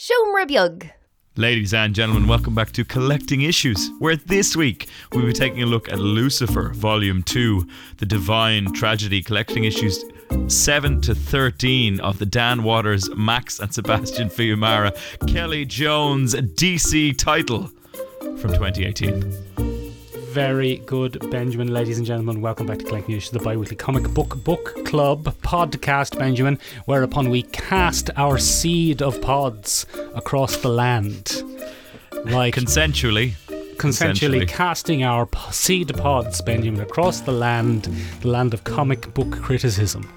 Shomra Bjug. Ladies and gentlemen, welcome back to Collecting Issues, where this week we'll be taking a look at Lucifer, Volume 2, The Divine Tragedy, Collecting Issues 7 to 13 of the Dan Waters, Max and Sebastian Fiumara, Kelly Jones DC title from 2018. Very good, Benjamin, ladies and gentlemen. Welcome back to Collecting Issues, the bi weekly comic book book club podcast, Benjamin, whereupon we cast our seed of pods across the land. Like Consensually, consensually Consensually. casting our p- seed pods, Benjamin, across the land, the land of comic book criticism.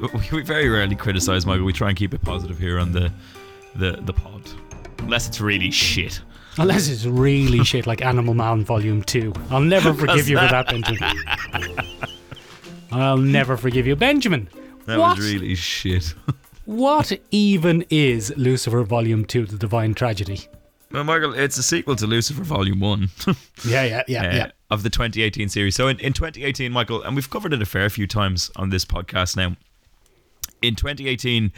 we- we very rarely criticize Michael. We try and keep it positive here on the the, the pod, unless it's really shit. Unless it's really shit like Animal Man Volume 2. I'll never forgive you for that, Benjamin. I'll never forgive you. Benjamin, That what, was really shit. what even is Lucifer Volume 2, The Divine Tragedy? Well, Michael, it's a sequel to Lucifer Volume 1 Yeah, yeah, yeah, uh, yeah. of the 2018 series. So in, in 2018, Michael, and we've covered it a fair few times on this podcast now. In 2018,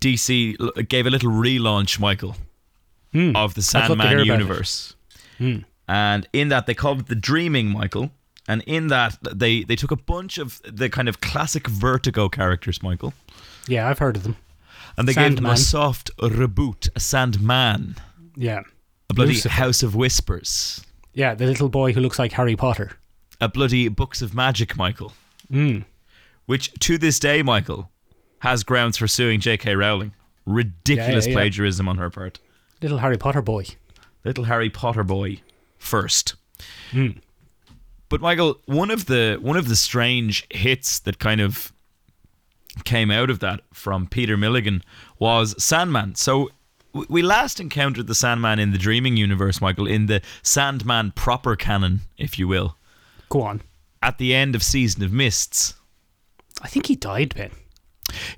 DC l- gave a little relaunch, Michael, of the Hmm. love to hear Sandman about it. Hmm. universe. And in that, they called it the Dreaming Michael. And in that, they, they took a bunch of the kind of classic Vertigo characters, Michael, Yeah, I've heard of them. and they gave them a Sandman. soft reboot, a Sandman, Yeah. a bloody Lucifer. House of Whispers. Yeah, the little boy who looks like Harry Potter. a bloody Books of Magic, Michael. Hmm. Which to this day, Michael, has grounds for suing J.K. Rowling. Ridiculous Yeah, yeah, yeah. plagiarism on her part. Little Harry Potter boy. Little Harry Potter boy first. Hmm. But Michael, one of the one of the strange hits that kind of came out of that from Peter Milligan was Sandman. So w- we last encountered the Sandman in the Dreaming Universe, Michael, in the Sandman proper canon, if you will, Go on. at the end of Season of Mists. I think he died, Ben.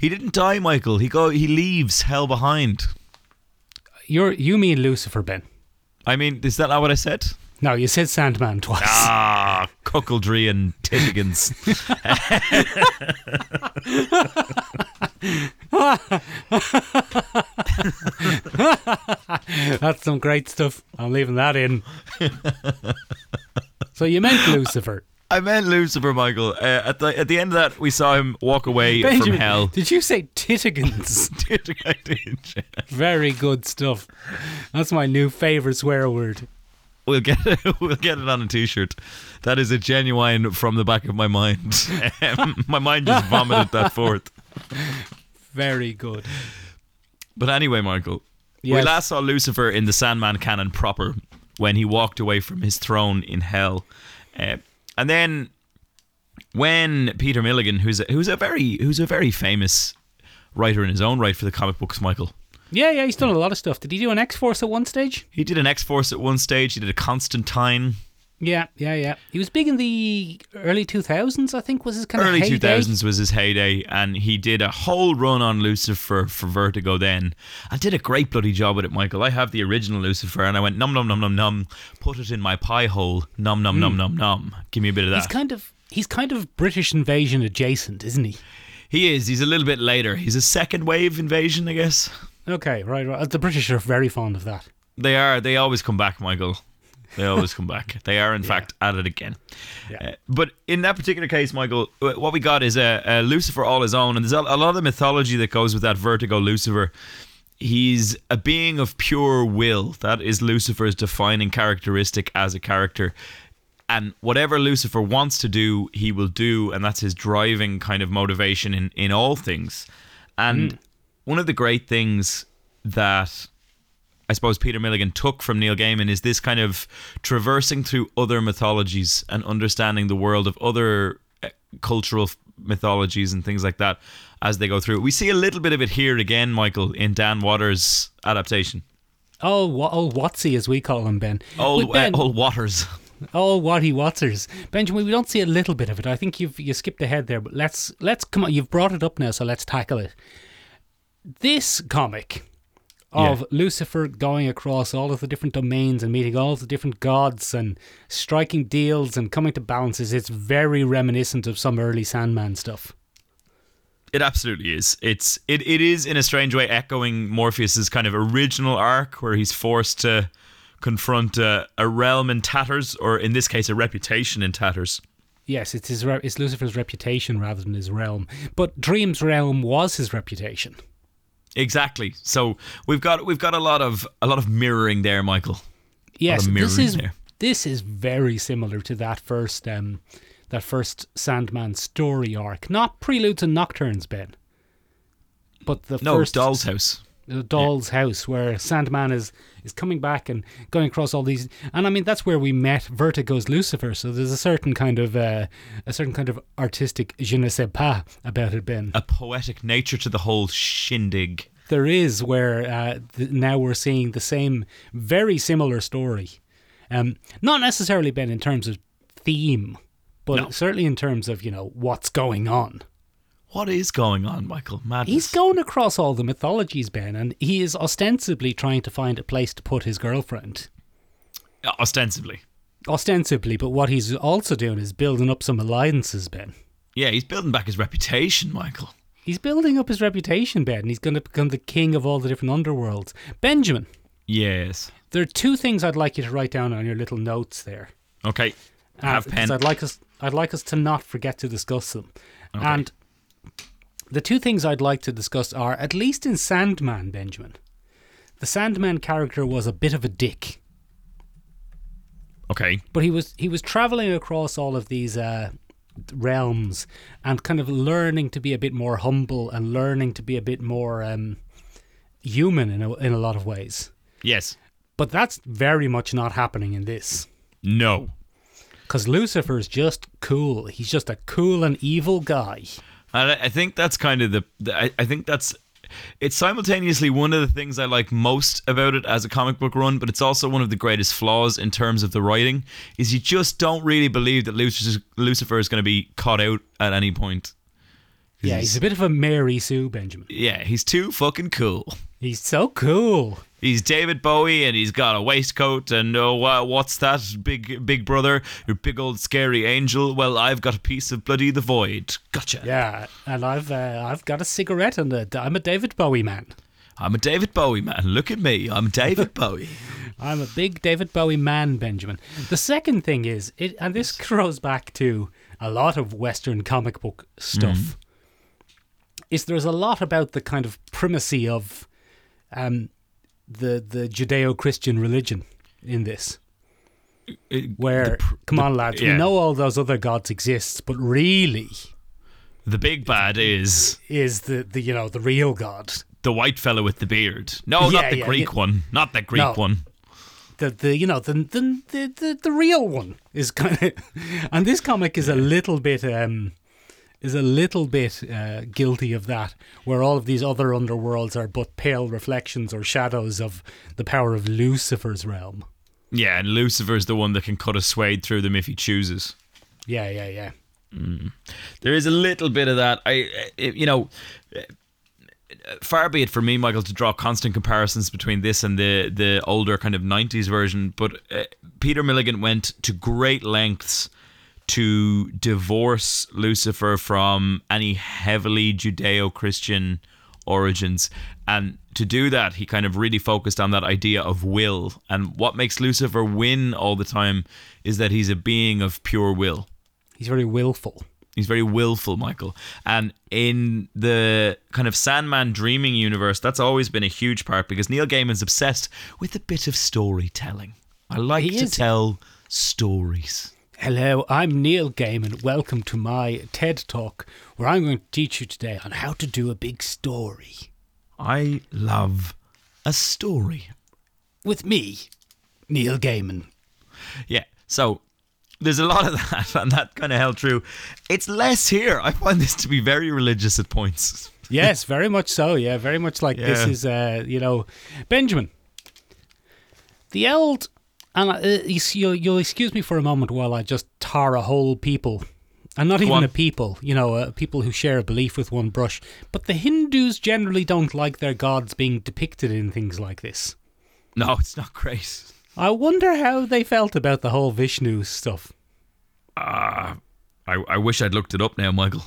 He didn't die, Michael. He go. He leaves hell behind. You're, you mean Lucifer, Ben. I mean, is that not what I said? No, you said Sandman twice. Ah, cuckoldry and Timmigans. That's some great stuff. I'm leaving that in. so you meant Lucifer. I meant Lucifer, Michael. Uh, at the at the end of that, we saw him walk away Benjamin, from hell. Did you say Titigans? Very good stuff. That's my new favourite swear word. we'll get it, we'll get it on a t-shirt. That is a genuine from the back of my mind. Um, my mind just vomited that forth. Very good. But anyway, Michael, we Yes. last saw Lucifer in the Sandman canon proper when he walked away from his throne in hell, uh, and then when Peter Milligan, who's a, who's a very who's a very famous writer in his own right for the comic books, Michael. Yeah, yeah, he's done a lot of stuff. Did he do an X Force at one stage? He did an X Force at one stage. He did a Constantine. Yeah, yeah, yeah. He was big in the early 2000s, I think, was his kind Early of two heyday. thousands was his heyday, and he did a whole run on Lucifer for Vertigo then, and did a great bloody job with it, Michael. I have the original Lucifer, and I went num num num num num, put it in my pie hole, num num num num num. Give me a bit of Hmm. He's that. kind of he's kind of British invasion adjacent, isn't he? He is. He's a little bit later. He's a second wave invasion, I guess. Okay, right, right. The British are very fond of that. They are. They always come back, Michael. They always come back. They are, in fact, at it again. Yeah. Uh, but in that particular case, Michael, wh- what we got is a, a Lucifer all his own, and there's a, a lot of the mythology that goes with that Vertigo Lucifer. He's a being of pure will. That is Lucifer's defining characteristic as a character. And whatever Lucifer wants to do, he will do, and that's his driving kind of motivation in, in all things. And one of the great things that I suppose Peter Milligan took from Neil Gaiman is this kind of traversing through other mythologies and understanding the world of other uh, cultural f- mythologies and things like that as they go through. We see a little bit of it here again, Michael, in Dan Waters' adaptation. Oh, wa- oh, Watsy as we call him, Ben. Old, But ben, uh, old Waters. Oh, Watty Watsers, Benjamin. We don't see a little bit of it. I think you've you skipped ahead there, but let's let's come on. You've brought it up now, so let's tackle it. This comic of Yeah. Lucifer going across all of the different domains and meeting all of the different gods and striking deals and coming to balances. It's very reminiscent of some early Sandman stuff. It absolutely is. It's it, it is in a strange way echoing Morpheus's kind of original arc where he's forced to confront a, a realm in tatters, or in this case, a reputation in tatters. Yes, it's his re- it's Lucifer's reputation rather than his realm. But Dream's realm was his reputation. Exactly. So we've got we've got a lot of a lot of mirroring there, Michael. Yes, mirror this in is there. this is very similar to that first um that first Sandman story arc, not Preludes and Nocturnes, Ben, but the No, first Doll's House. the doll's house where Sandman is is coming back and going across all these and I mean that's where we met Vertigo's Lucifer so there's a certain kind of uh, a certain kind of artistic je ne sais pas about it Ben A poetic nature to the whole shindig. there is where uh, th- now we're seeing the same very similar story um, not necessarily Ben in terms of theme but No. certainly in terms of you know what's going on What is going on, Michael? Madness. He's going across all the mythologies, Ben, and he is ostensibly trying to find a place to put his girlfriend. ostensibly. Ostensibly, but what he's also doing is building up some alliances, Ben. Yeah, he's building back his reputation, Michael. He's building up his reputation, Ben. and He's going to become the king of all the different underworlds. Benjamin, Yes. there are two things I'd like you to write down on your little notes there. Okay. Uh, Have because pen. I'd like us. I'd like us to not forget to discuss them. And the two things I'd like to discuss are, at least in Sandman, Benjamin, the Sandman character was a bit of a dick. Okay. but he was he was traveling across all of these uh, realms and kind of learning to be a bit more humble and learning to be a bit more um, human in a, in a lot of ways. Yes. But that's very much not happening in this No. because Lucifer's just cool. He's just a cool and evil guy. And I, I think that's kind of the. the- I, I think that's. It's simultaneously one of the things I like most about it as a comic book run, but it's also one of the greatest flaws in terms of the writing. Is you just don't really believe that Lucifer, Lucifer is going to be caught out at any point. Yeah, he's a bit of a Mary Sue Benjamin. Yeah, he's too fucking cool. He's so cool. He's David Bowie, and he's got a waistcoat, and oh, wha- what's that, big big brother? Your big old scary angel? Well, I've got a piece of bloody the void. Gotcha. Yeah, and I've uh, I've got a cigarette and a, I'm a David Bowie man. I'm a David Bowie man. Look at me. I'm David Bowie. I'm a big David Bowie man, Benjamin. The second thing is, it, and this throws back to a lot of Western comic book stuff, is there's a lot about the kind of primacy of um, the the Judeo-Christian religion in this. Where, come on, lads, yeah. we know all those other gods exist, but really The big bad is is the, the you know the real god, the white fellow with the beard. No, Yeah, not the yeah, Greek yeah. one. Not the Greek No. one. the the you know the the the, the, the real one is kind of and this comic is a little bit um is a little bit uh, guilty of that where all of these other underworlds are but pale reflections or shadows of the power of lucifer's realm Yeah, and Lucifer's the one that can cut a swathe through them if he chooses. yeah yeah yeah There is a little bit of that. I, I you know, far be it for me, Michael, to draw constant comparisons between this and the the older kind of '90s version. But uh, Peter Milligan went to great lengths to divorce Lucifer from any heavily Judeo-Christian origins, and to do that, he kind of really focused on that idea of will. And what makes Lucifer win all the time is that he's a being of pure will. he's very willful He's very willful, Michael. And in the kind of Sandman dreaming universe, that's always been a huge part because Neil Gaiman's obsessed with a bit of storytelling. I like He to is. tell stories. hello i'm neil gaiman welcome to my ted talk where i'm going to teach you today on how to do a big story I love a story. with me neil gaiman Yeah. So there's a lot of that, and that kind of held true. It's less here. I find this to be very religious at points. yes, very much so. Yeah, very much like this Yeah. is, uh, you know, Benjamin. The old, and uh, you see- you'll, you'll excuse me for a moment while I just tar a whole people, and not even on. a people, you know, uh, people who share a belief with one brush. But the Hindus generally don't like their gods being depicted in things like this. No, it's not great. I wonder how they felt about the whole Vishnu stuff. I, I wish I'd looked it up now, Michael.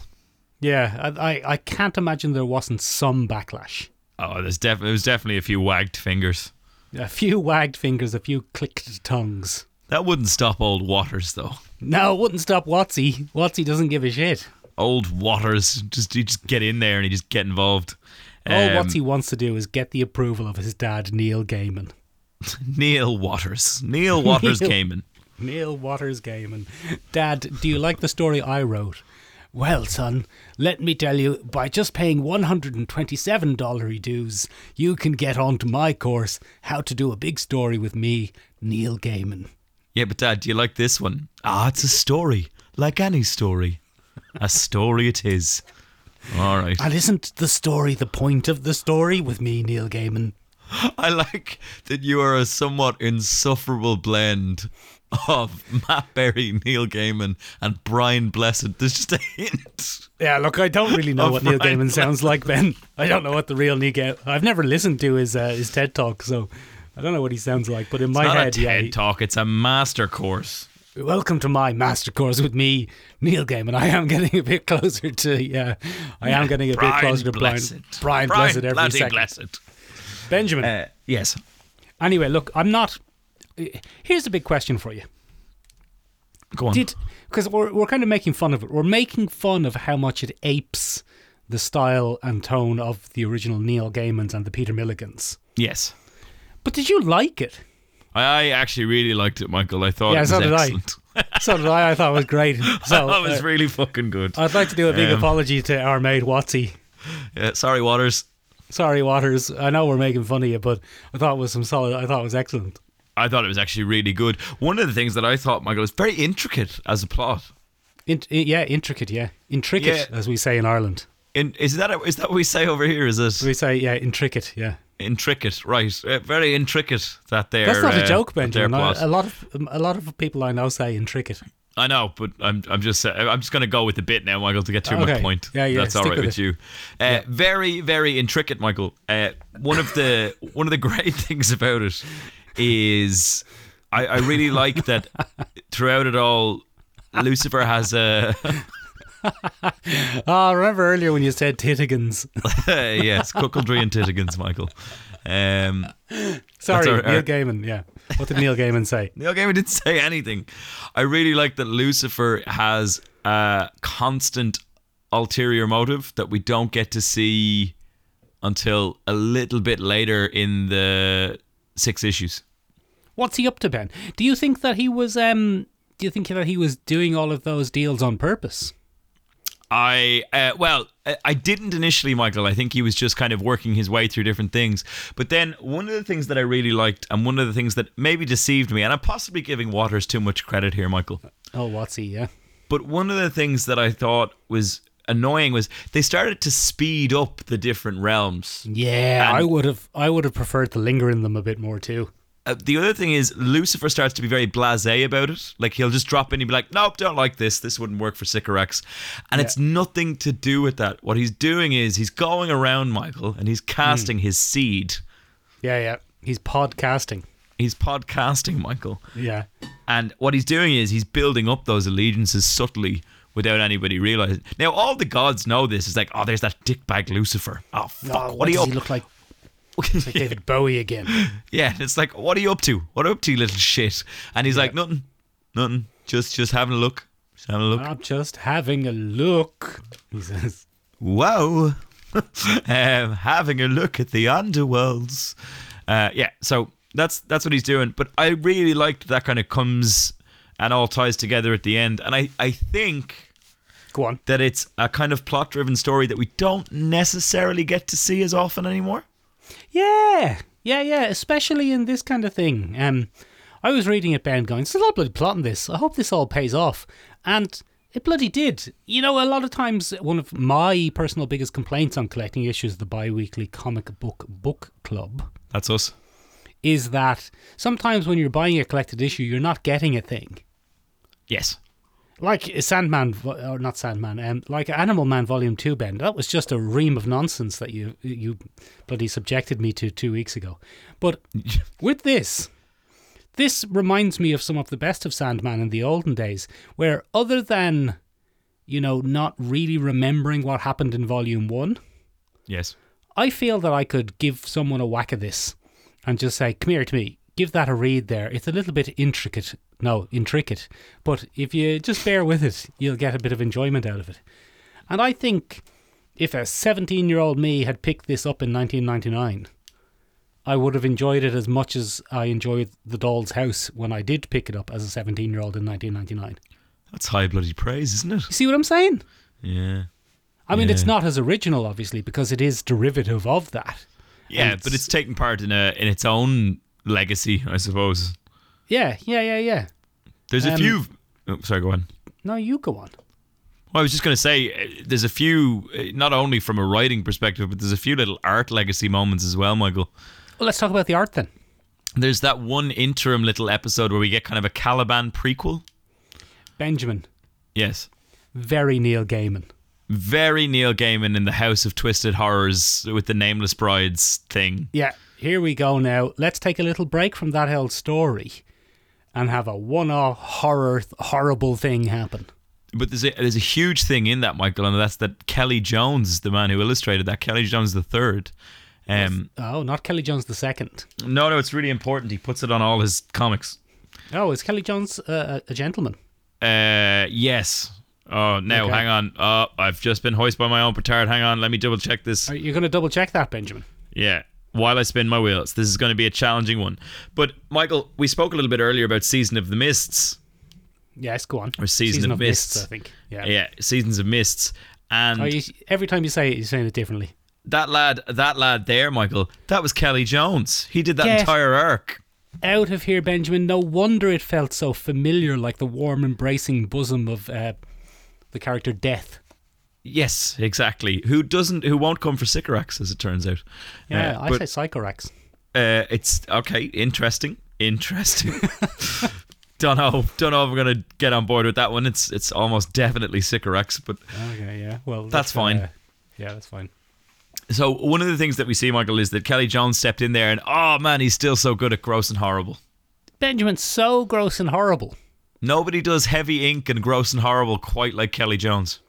Yeah, I, I, I can't imagine there wasn't some backlash. Oh, there's def- there was definitely a few wagged fingers. A few wagged fingers, a few clicked tongues. That wouldn't stop old Waters though. No, it wouldn't stop Watsy. Watsy doesn't give a shit. Old Waters just you just get in there and you just get involved. All Um, Watsy wants to do is get the approval of his dad, Neil Gaiman. Neil Waters. Neil Waters Neil. came in. Neil Waters Gaiman. Dad, do you like the story I wrote? Well, son, let me tell you, by just paying $127 dues, you can get onto my course, How to Do a Big Story with Me, Neil Gaiman. Yeah, but Dad, do you like this one? Ah, it's a story, like any story. A story it is. All right. And isn't the story the point of the story with me, Neil Gaiman? I like that you are a somewhat insufferable blend of Matt Berry, Neil Gaiman, and Brian Blessed. There's just a hint. Yeah, look, I don't really know Of what Neil Brian Gaiman sounds like, Ben. I don't know what the real Neil Gaiman. I've never listened to his uh, his TED talk, so I don't know what he sounds like. But in my Not head, a yeah, TED he- talk. It's a master course. welcome to my master course with me, Neil Gaiman. I am getting a bit closer to yeah, I am getting a bit Brian closer to Brian Blessed. Brian, Blessed every bloody second. Blessed. Benjamin. Uh, yes. anyway, look, I'm not. Here's a big question for you. Go on. did because we're, we're kind of making fun of it we're making fun of how much it apes the style and tone of the original neil gaimans and the peter milligans yes. but did you like it I, I actually really liked it, Michael. I thought Yeah, it was so did I. excellent. so did i i thought it was great so that was uh, really fucking good. i'd like to do a big Um, apology to our mate watsy Yeah, Uh, sorry, Waters. sorry waters i know we're making fun of you but i thought it was some solid i thought it was excellent I thought it was actually really good. One of the things that I thought, Michael, was very intricate as a plot. In, i- yeah intricate yeah intricate Yeah. as we say in ireland In, is that is that what we say over here? Is it we say yeah intricate yeah intricate? Right, uh, very intricate. That there. that's not a joke Their benjamin I- plot. a lot of a lot of people i know say intricate I know, but I'm I'm just uh, I'm just going to go with the bit now, Michael, to get through my Okay. point. Yeah, yeah, That's all stick right with with, it. you. Uh, Very very intricate, Michael. Uh, one of the one of the great things about it is I, I really like that throughout it all, Lucifer has a Ah, remember earlier when you said Tittigans. yes, cuckoldry and tittigans, Michael. Um, Sorry, our- Neil our- Gaiman. Yeah. What did Neil Gaiman say? Neil Gaiman didn't say anything. I really like that Lucifer has a constant ulterior motive that we don't get to see until a little bit later in the six issues. What's he up to, Ben? Do you think that he was um do you think that he was doing all of those deals on purpose? I uh, well, I- I didn't initially, Michael. I think he was just kind of working his way through different things. But then one of the things that I really liked, and one of the things that maybe deceived me, and I'm possibly giving Waters too much credit here, Michael. Oh, what's he, yeah. But one of the things that I thought was annoying was they started to speed up the different realms. Yeah, And- I would have I would have preferred to linger in them a bit more too. Uh, the other thing is Lucifer starts to be very blasé about it. Like he'll just drop in and be like, "Nope, don't like this. This wouldn't work for Sycorax." And it's nothing to do with that. What he's doing is he's going around Michael and he's Hmm. casting his seed. Yeah, yeah. He's podcasting. He's podcasting Michael. Yeah. And what he's doing is he's building up those allegiances subtly without anybody realizing. Now all the gods know this. It's like, oh, there's that dickbag Lucifer. Oh fuck, Oh, what are you does up? he look like? Like David Bowie again. yeah, and it's like, what are you up to? What are you up to, you little shit? And he's like, nothing, nothing. Just, just having a look. Just having a look. I'm just having a look. He says. Whoa, um, having a look at the underworlds. Uh, yeah, so that's that's what he's doing. But I really liked that kind of comes and all ties together at the end. And I, I think Go on. that it's a kind of plot-driven story that we don't necessarily get to see as often anymore. Yeah, yeah, yeah. Especially in this kind of thing. Um, I was reading it, Ben, going, "There's a lot of bloody plot in this. I hope this all pays off." And it bloody did. You know, a lot of times, one of my personal biggest complaints on collecting issues of the bi-weekly comic book book club That's us. is that sometimes when you're buying a collected issue, you're not getting a thing. Yes. Like Sandman, vo- or not Sandman, um, like Animal Man Volume Two, Ben. That was just a ream of nonsense that you you bloody subjected me to two weeks ago. But with this, this reminds me of some of the best of Sandman in the olden days, where other than you know, not really remembering what happened in volume one, Yes. I feel that I could give someone a whack of this and just say, come here to me, give that a read there. It's a little bit intricate. No, intricate. But if you just bear with it, you'll get a bit of enjoyment out of it. And I think if a 17 year old me had picked this up in 1999, I would have enjoyed it as much as I enjoyed The Doll's House when I did pick it up as a 17 year old in 1999. That's high bloody praise, isn't it? You see what I'm saying? Yeah. I mean, it's Yeah. not as original, obviously, because it is derivative of that. Yeah, And but it's taking part in a in its own legacy, I suppose. Yeah, yeah, yeah, yeah. There's a Um, few. Oh, sorry, go on. No, you go on. Well, I was just going to say, uh, there's a few, uh, not only from a writing perspective, but there's a few little art legacy moments as well, Michael. Well, let's talk about the art then. There's that one interim little episode where we get kind of a Caliban prequel. Benjamin, Yes. very Neil Gaiman. Very Neil Gaiman in the House of Twisted Horrors with the Nameless Brides thing. Yeah, here we go now. Let's take a little break from that old story and have a one-off horror, horrible thing happen. But there's a, there's a huge thing in that, Michael, and that's that Kelly Jones, the man who illustrated that, Kelly Jones the third. Um, Oh, not Kelly Jones the second. no, no, it's really important. He puts it on all his comics. Oh, is Kelly Jones uh, a a gentleman? Uh, yes. Oh, no, Okay. hang on. Uh, I've just been hoisted by my own petard. Hang on, let me double check this. Are you going to double check that, Benjamin? Yeah. While I spin my wheels, this is going to be a challenging one. But Michael, we spoke a little bit earlier about Season of the Mists. Yes, go on. Or Season of Mists. I think. Yeah. Yeah, Seasons of Mists. And Oh, you, every time you say it, you're saying it differently. that lad, that lad there, Michael, that was Kelly Jones. He did that Yes. entire arc. Out of here, Benjamin. No wonder it felt so familiar, like the warm, embracing bosom of uh, the character Death. Yes, exactly. Who doesn't? Who won't come for Sycorax, as it turns out. Yeah, Uh, I but- say Psychorax. Uh, it's okay. Interesting. Interesting. don't know. Don't know if I'm gonna get on board with that one. It's it's almost definitely Sycorax. But Okay, yeah. Well, That's fine. uh, yeah, that's fine. so one of the things that we see, Michael, is that Kelly Jones stepped in there, and oh man, he's still so good at gross and horrible. Benjamin's so gross and horrible. Nobody does heavy ink and gross and horrible quite like Kelly Jones.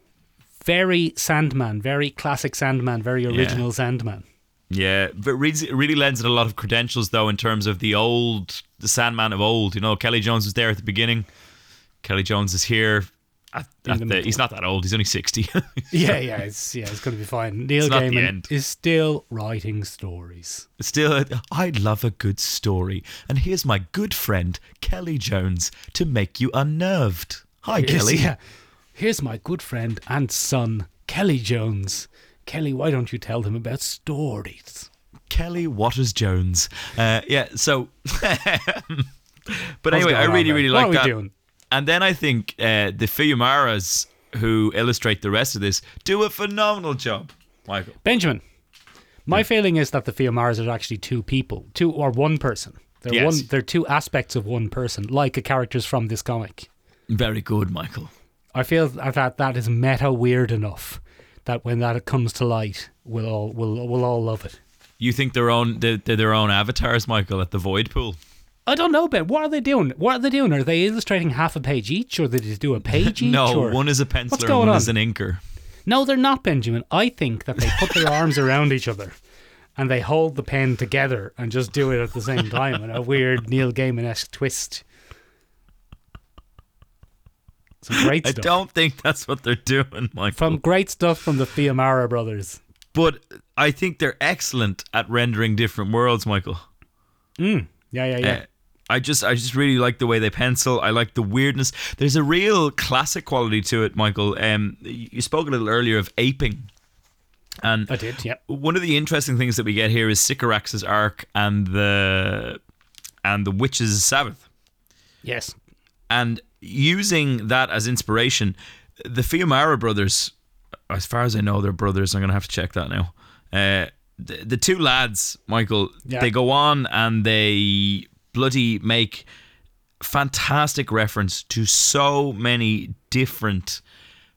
Very Sandman, very classic Sandman, very original Sandman. Yeah, but really, really lends it a lot of credentials though in terms of the old, the Sandman of old. You know, Kelly Jones was there at the beginning. Kelly Jones is here. At, In at the the middle. he's not that old. He's only sixty. Yeah, yeah, it's yeah, it's gonna be fine. Neil It's not the Gaiman end. is still writing stories. Still, I love a good story. And here's my good friend, Kelly Jones, to make you unnerved. Hi, Here's- Kelly. yeah. Here's my good friend and son, Kelly Jones. Kelly, why don't you tell them about stories? Kelly Waters Jones. Uh, yeah, so. but What's anyway, I going on really, there? really What like are we that. doing? And then I think uh, the Fuyumaras, who illustrate the rest of this, do a phenomenal job, Michael. Benjamin, my feeling is that the Fiamaras are actually two people, two or one person. They're Yes. one. They're two aspects of one person, like the characters from this comic. Very good, Michael. I feel that that, that is meta weird enough that when that comes to light, we'll all we'll, we'll all love it. You think their own, they're, they're their own avatars, Michael, at the Void Pool? I don't know, Ben. What are they doing? What are they doing? Are they illustrating half a page each, or they just do a page each? no, or- one is a penciler What's and going one on? is an inker. No, they're not, Benjamin. I think that they put their arms around each other and they hold the pen together and just do it at the same time in a weird Neil Gaiman esque twist. Some great I stuff. don't think that's what they're doing, Michael. From great stuff from the Fiamara brothers. But I think they're excellent at rendering different worlds, Michael. Yeah, yeah, yeah. Uh, I just I just really like the way they pencil. I like the weirdness. There's a real classic quality to it, Michael. Um, you you spoke a little earlier of aping, and I did, yeah. one of the interesting things that we get here is Sycorax's arc and the and the witch's Sabbath Yes. and using that as inspiration, the Fiumara brothers, as far as I know, they're brothers. I'm gonna have to check that now. Uh, the, the two lads, Michael, Yeah. they go on and they bloody make fantastic reference to so many different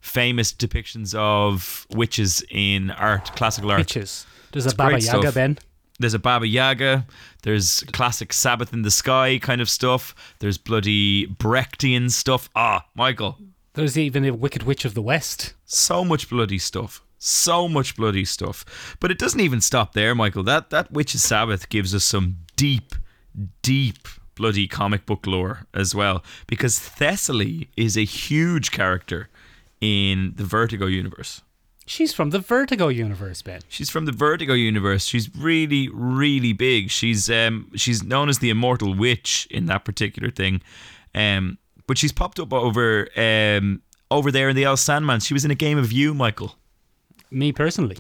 famous depictions of witches in art, classical art. Witches. There's a great Baba Yaga, stuff. Ben. There's a Baba Yaga. There's classic Sabbath in the Sky kind of stuff. There's bloody Brechtian stuff. Ah, Michael, There's even a Wicked Witch of the West. So much bloody stuff. So much bloody stuff. But it doesn't even stop there, Michael. That that Witch's Sabbath gives us some deep, deep bloody comic book lore as well. Because Thessaly is a huge character in the Vertigo universe. She's from the Vertigo universe, Ben. She's from the Vertigo universe. She's really, really big. She's um she's known as the Immortal Witch in that particular thing. Um but she's popped up over um over there in the El Sandman. She was in a game of you, Michael. Me personally.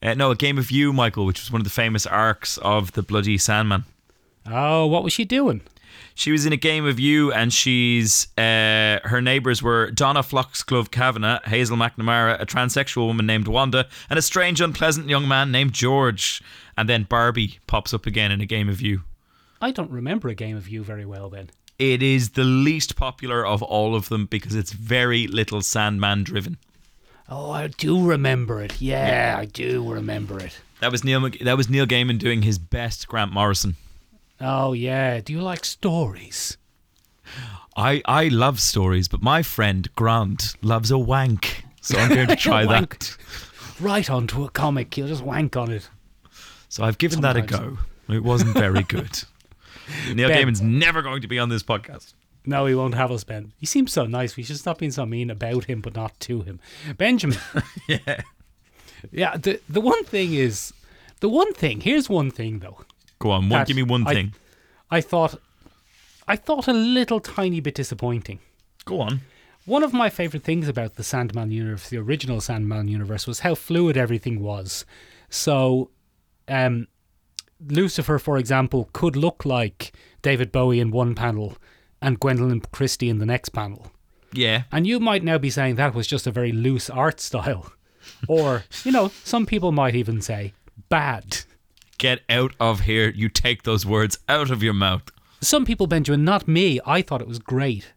Uh, no, a game of you, Michael, which was one of the famous arcs of the bloody Sandman. Oh, what was she doing? She was in a game of you, and she's uh, her neighbors were Donna Foxglove Kavanagh, Hazel McNamara, a transsexual woman named Wanda, and a strange, unpleasant young man named George. And then Barbie pops up again in a game of you. I don't remember a game of you very well, Ben. It is the least popular of all of them because it's very little Sandman driven. Oh, I do remember it. Yeah, I do remember it. That was Neil. Mc- That was Neil Gaiman doing his best Grant Morrison. Oh, yeah. Do you like stories? I I love stories, but my friend Grant loves a wank, so I'm going to try Wank. that. Right onto a comic. You'll just wank on it. So I've given that a Sometimes. go. It wasn't very good. Neil Ben. Gaiman's never going to be on this podcast. No, he won't have us, Ben. He seems so nice. We should stop being so mean about him, but not to him. Benjamin. yeah. Yeah, the, the one thing is, the one thing, here's one thing, though. Go on, one, that give me one I- thing. I thought, I thought a little tiny bit disappointing. Go on. One of my favorite things about the Sandman universe, the original Sandman universe, was how fluid everything was. So, um, Lucifer, for example, could look like David Bowie in one panel and Gwendolyn Christie in the next panel. Yeah. And you might now be saying that was just a very loose art style. Or, you know, some people might even say bad. Get out of here. You take those words out of your mouth. Some people, Benjamin, not me, I thought it was great.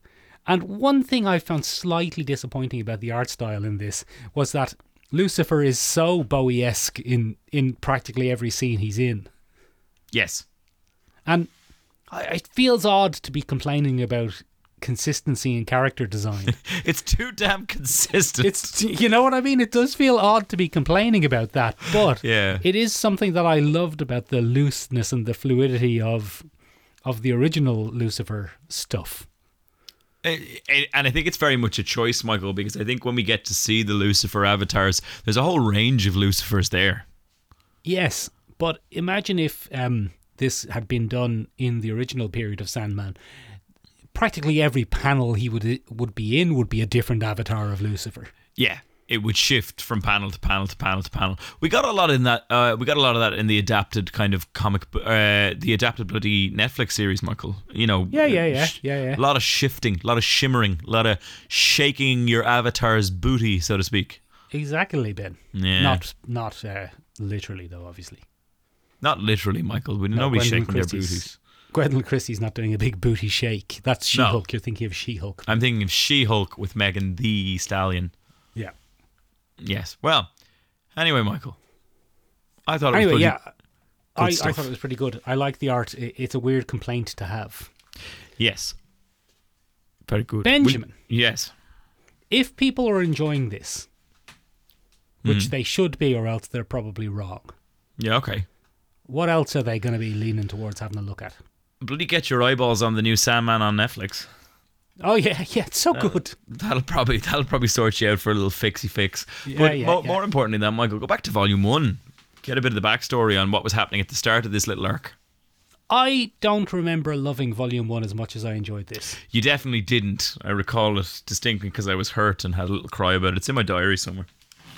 And one thing I found slightly disappointing about the art style in this was that Lucifer is so Bowie esque in, in practically every scene he's in. Yes. And I, it feels odd to be complaining about consistency in character design. It's too damn consistent. it's you know what I mean. It does feel odd to be complaining about that, but Yeah. it is something that I loved about the looseness and the fluidity of of the original Lucifer stuff. I- I- and I think it's very much a choice, Michael, because I think when we get to see the Lucifer avatars, there's a whole range of Lucifers there. Yes, but imagine if um, this had been done in the original period of Sandman. Practically every panel he would would be in would be a different avatar of Lucifer. Yeah, it would shift from panel to panel to panel to panel. We got a lot in that. Uh, we got a lot of that in the adapted kind of comic, bo- uh, the adapted bloody Netflix series, Michael. You know. uh, Yeah, yeah, yeah, sh- yeah, yeah. A lot of shifting, a lot of shimmering, a lot of shaking your avatar's booty, so to speak. Exactly, Ben. Yeah. Not not uh, literally though, obviously. Not literally, Michael. We nobody's Gwendolyn shaking their Christie's- booties. Gwendolyn Christie's not doing a big booty shake. That's She No. Hulk. You're thinking of She Hulk. I'm thinking of She-Hulk with Megan the Stallion. Yeah. Yes. Well. Anyway, Michael. I thought it was Anyway, bloody- yeah. I, I stuff. thought it was pretty good. I like the art. I- It's a weird complaint to have. Yes. Very good. Benjamin. We- yes. If people are enjoying this, which they should be, or else they're probably wrong, Yeah. Okay. what else are they going to be leaning towards having a look at? bloody get your eyeballs on the new Sandman on Netflix. Oh, yeah, yeah, it's so good. That'll probably that'll probably sort you out for a little fixie fix. Yeah, but yeah, mo- yeah. more importantly, than that, Michael, go back to volume one. Get a bit of the backstory on what was happening at the start of this little arc. I don't remember loving Volume 1 as much as I enjoyed this. You definitely didn't. I recall it distinctly because I was hurt and had a little cry about it. It's in my diary somewhere.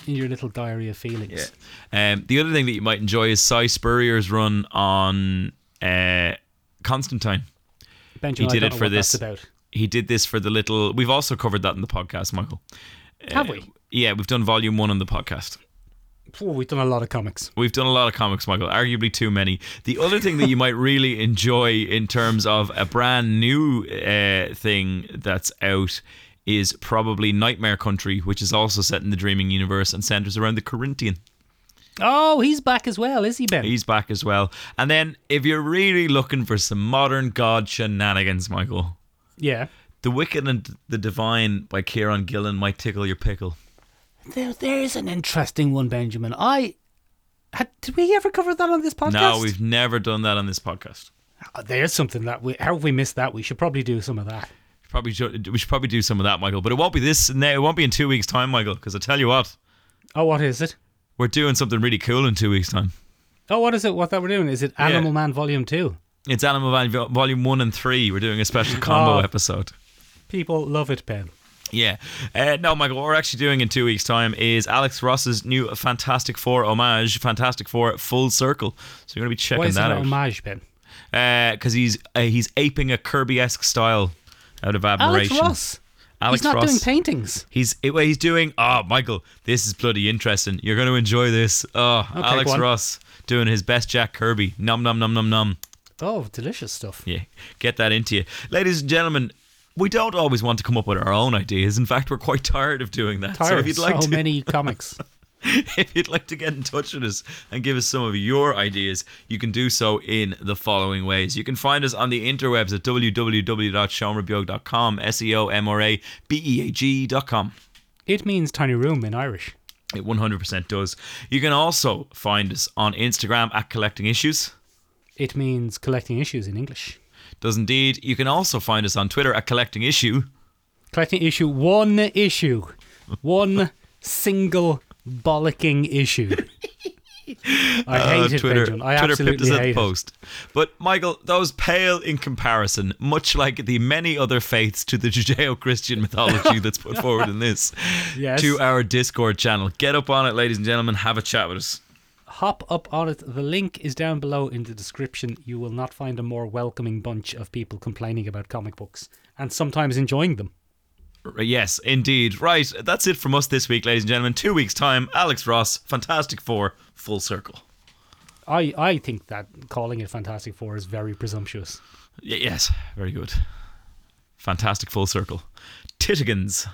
In your little diary of feelings. Um, the other thing that you might enjoy is Cy Spurrier's run on uh, Constantine. Benjamin, He did I don't it know for what that's this- about. He did this for the little. We've also covered that in the podcast, Michael. Have we? Yeah, we've done volume one on the podcast. Oh, we've done a lot of comics. We've done a lot of comics, Michael. Arguably too many. The other thing that you might really enjoy in terms of a brand new uh, thing that's out is probably Nightmare Country, which is also set in the Dreaming Universe and centers around the Corinthian. Oh, he's back as well, is he, Ben? He's back as well. And then, if you're really looking for some modern god shenanigans, Michael, yeah. The Wicked and the Divine by Kieran Gillen might tickle your pickle. There, there is an interesting one, Benjamin. I had, did we ever cover that on this podcast? No, we've never done that on this podcast. Uh, There's something that we how have we missed that? We should probably do some of that. Probably should- we should probably do some of that, Michael. But it won't be this. It won't be in two weeks' time, Michael. Because I tell you what, Oh, what is it? we're doing something really cool in two weeks' time. Oh, what is it? What that we're doing? Is it Animal Man Volume Two? It's Animal Man Vol- Volume One and Three. We're doing a special combo Oh. episode. People love it, Ben. Yeah. Uh, no, Michael, what we're actually doing in two weeks' time is Alex Ross's new Fantastic Four homage, Fantastic Four Full Circle. So you're going to be checking Why is that that an out. homage, Ben? Because he's uh, he's aping a Kirby esque style out of Alex admiration. Ross. Alex He's not Ross. doing paintings. He's eh, well, he's doing. Oh, Michael, this is bloody interesting. You're going to enjoy this. Oh, Alex go on. Ross doing his best Jack Kirby. Nom nom nom nom nom. Oh, delicious stuff. Yeah, get that into you, ladies and gentlemen. We don't always want to come up with our own ideas. In fact, we're quite tired of doing that. Tired so of if you'd like so to, many comics. if you'd like to get in touch with us and give us some of your ideas, you can do so in the following ways. You can find us on the interwebs at www.seanrebeog.com, S E O M R A B E A G.com. It means tiny room in Irish. It 100% does. You can also find us on Instagram at Collecting Issues. It means collecting issues in English. Does indeed. You can also find us on Twitter at Collecting Issue. Collecting issue one issue, one single bollocking issue. I Uh, hate it, Twitter, Benjamin. Twitter I pipped absolutely us at the hate it. post. But Michael, those pale in comparison, much like the many other faiths to the Judeo-Christian mythology that's put forward in this. Yes. To our Discord channel, get up on it, ladies and gentlemen. Have a chat with us. Hop up on it. The link is down below in the description. You will not find a more welcoming bunch of people complaining about comic books and sometimes enjoying them. R- Yes, indeed. Right, that's it from us this week, ladies and gentlemen. Two weeks time, Alex Ross, Fantastic Four, full circle. I, I think that calling it Fantastic Four is very presumptuous. Y- yes, very good. Fantastic full circle. Tittigans.